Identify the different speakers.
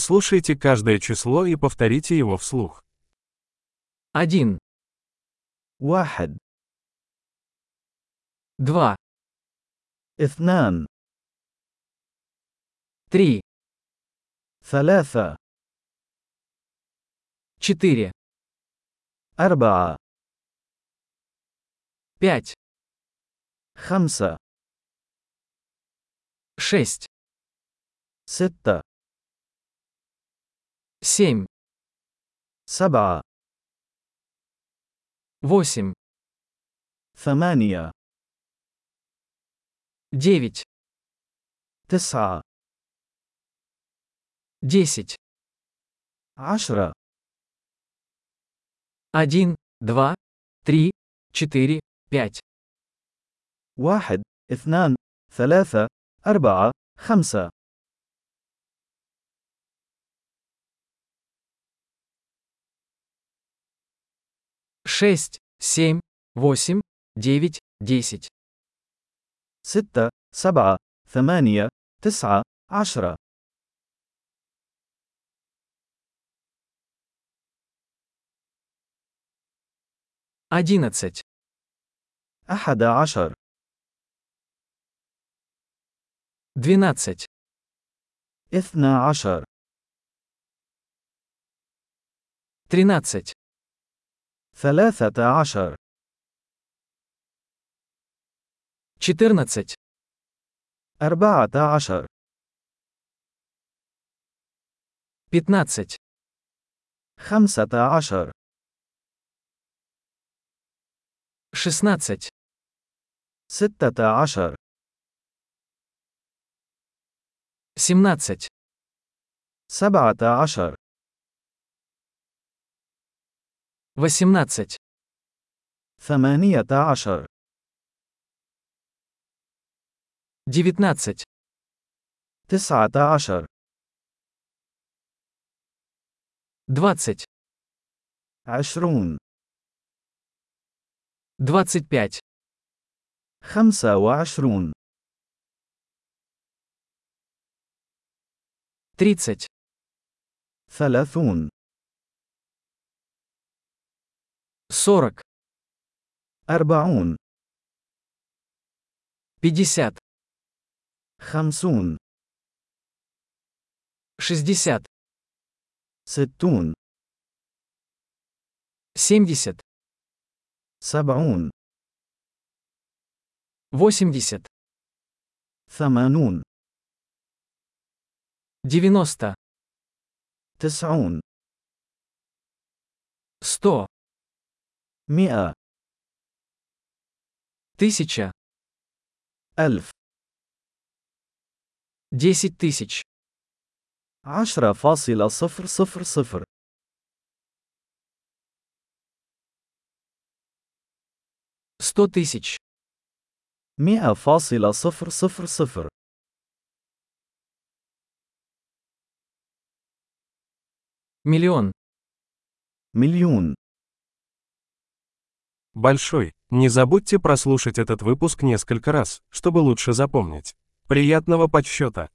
Speaker 1: Прослушайте каждое число и повторите его вслух.
Speaker 2: Один,
Speaker 3: واحد
Speaker 2: два,
Speaker 3: اثنان
Speaker 2: три,
Speaker 3: ثلاثة
Speaker 2: четыре,
Speaker 3: أربعة
Speaker 2: пять,
Speaker 3: خمسة
Speaker 2: шесть,
Speaker 3: ستة
Speaker 2: семь,
Speaker 3: سبعة
Speaker 2: восемь,
Speaker 3: ثمانية
Speaker 2: девять,
Speaker 3: تسعة
Speaker 2: десять,
Speaker 3: عشرة
Speaker 2: один, два, три, четыре, пять,
Speaker 3: واحد اثنان ثلاثة أربعة خمسة
Speaker 2: шесть, семь, восемь, девять, десять,
Speaker 3: ستة سبعة ثمانية تسعة عشرة
Speaker 2: одиннадцать,
Speaker 3: أحد عشر
Speaker 2: двенадцать,
Speaker 3: اثنا عشر
Speaker 2: тринадцать,
Speaker 3: ثلاثة عشر
Speaker 2: четырнадцать,
Speaker 3: أربعة عشر
Speaker 2: пятнадцать,
Speaker 3: خمسة عشر
Speaker 2: шестнадцать,
Speaker 3: ستة عشر
Speaker 2: семнадцать,
Speaker 3: سبعة عشر
Speaker 2: восемнадцать,
Speaker 3: ثمانية عشر
Speaker 2: девятнадцать,
Speaker 3: تسعة عشر
Speaker 2: двадцать,
Speaker 3: عشرون
Speaker 2: двадцать пять,
Speaker 3: خمسة وعشرون
Speaker 2: тридцать,
Speaker 3: ثلاثون
Speaker 2: сорок,
Speaker 3: أربعون
Speaker 2: пятьдесят,
Speaker 3: خمسون
Speaker 2: шестьдесят,
Speaker 3: ستون
Speaker 2: семьдесят,
Speaker 3: سبعون
Speaker 2: восемьдесят,
Speaker 3: ثمانون
Speaker 2: девяносто,
Speaker 3: تسعون
Speaker 2: сто,
Speaker 3: مئة
Speaker 2: тысяча,
Speaker 3: ألف
Speaker 2: десять тысяч,
Speaker 3: عشرة فاصلة صفر صفر صفر
Speaker 2: сто тысяч,
Speaker 3: مئة فاصلة صفر صفر صفر
Speaker 2: миллион,
Speaker 3: مليون
Speaker 1: Большой. Не забудьте прослушать этот выпуск несколько раз, чтобы лучше запомнить. Приятного подсчета!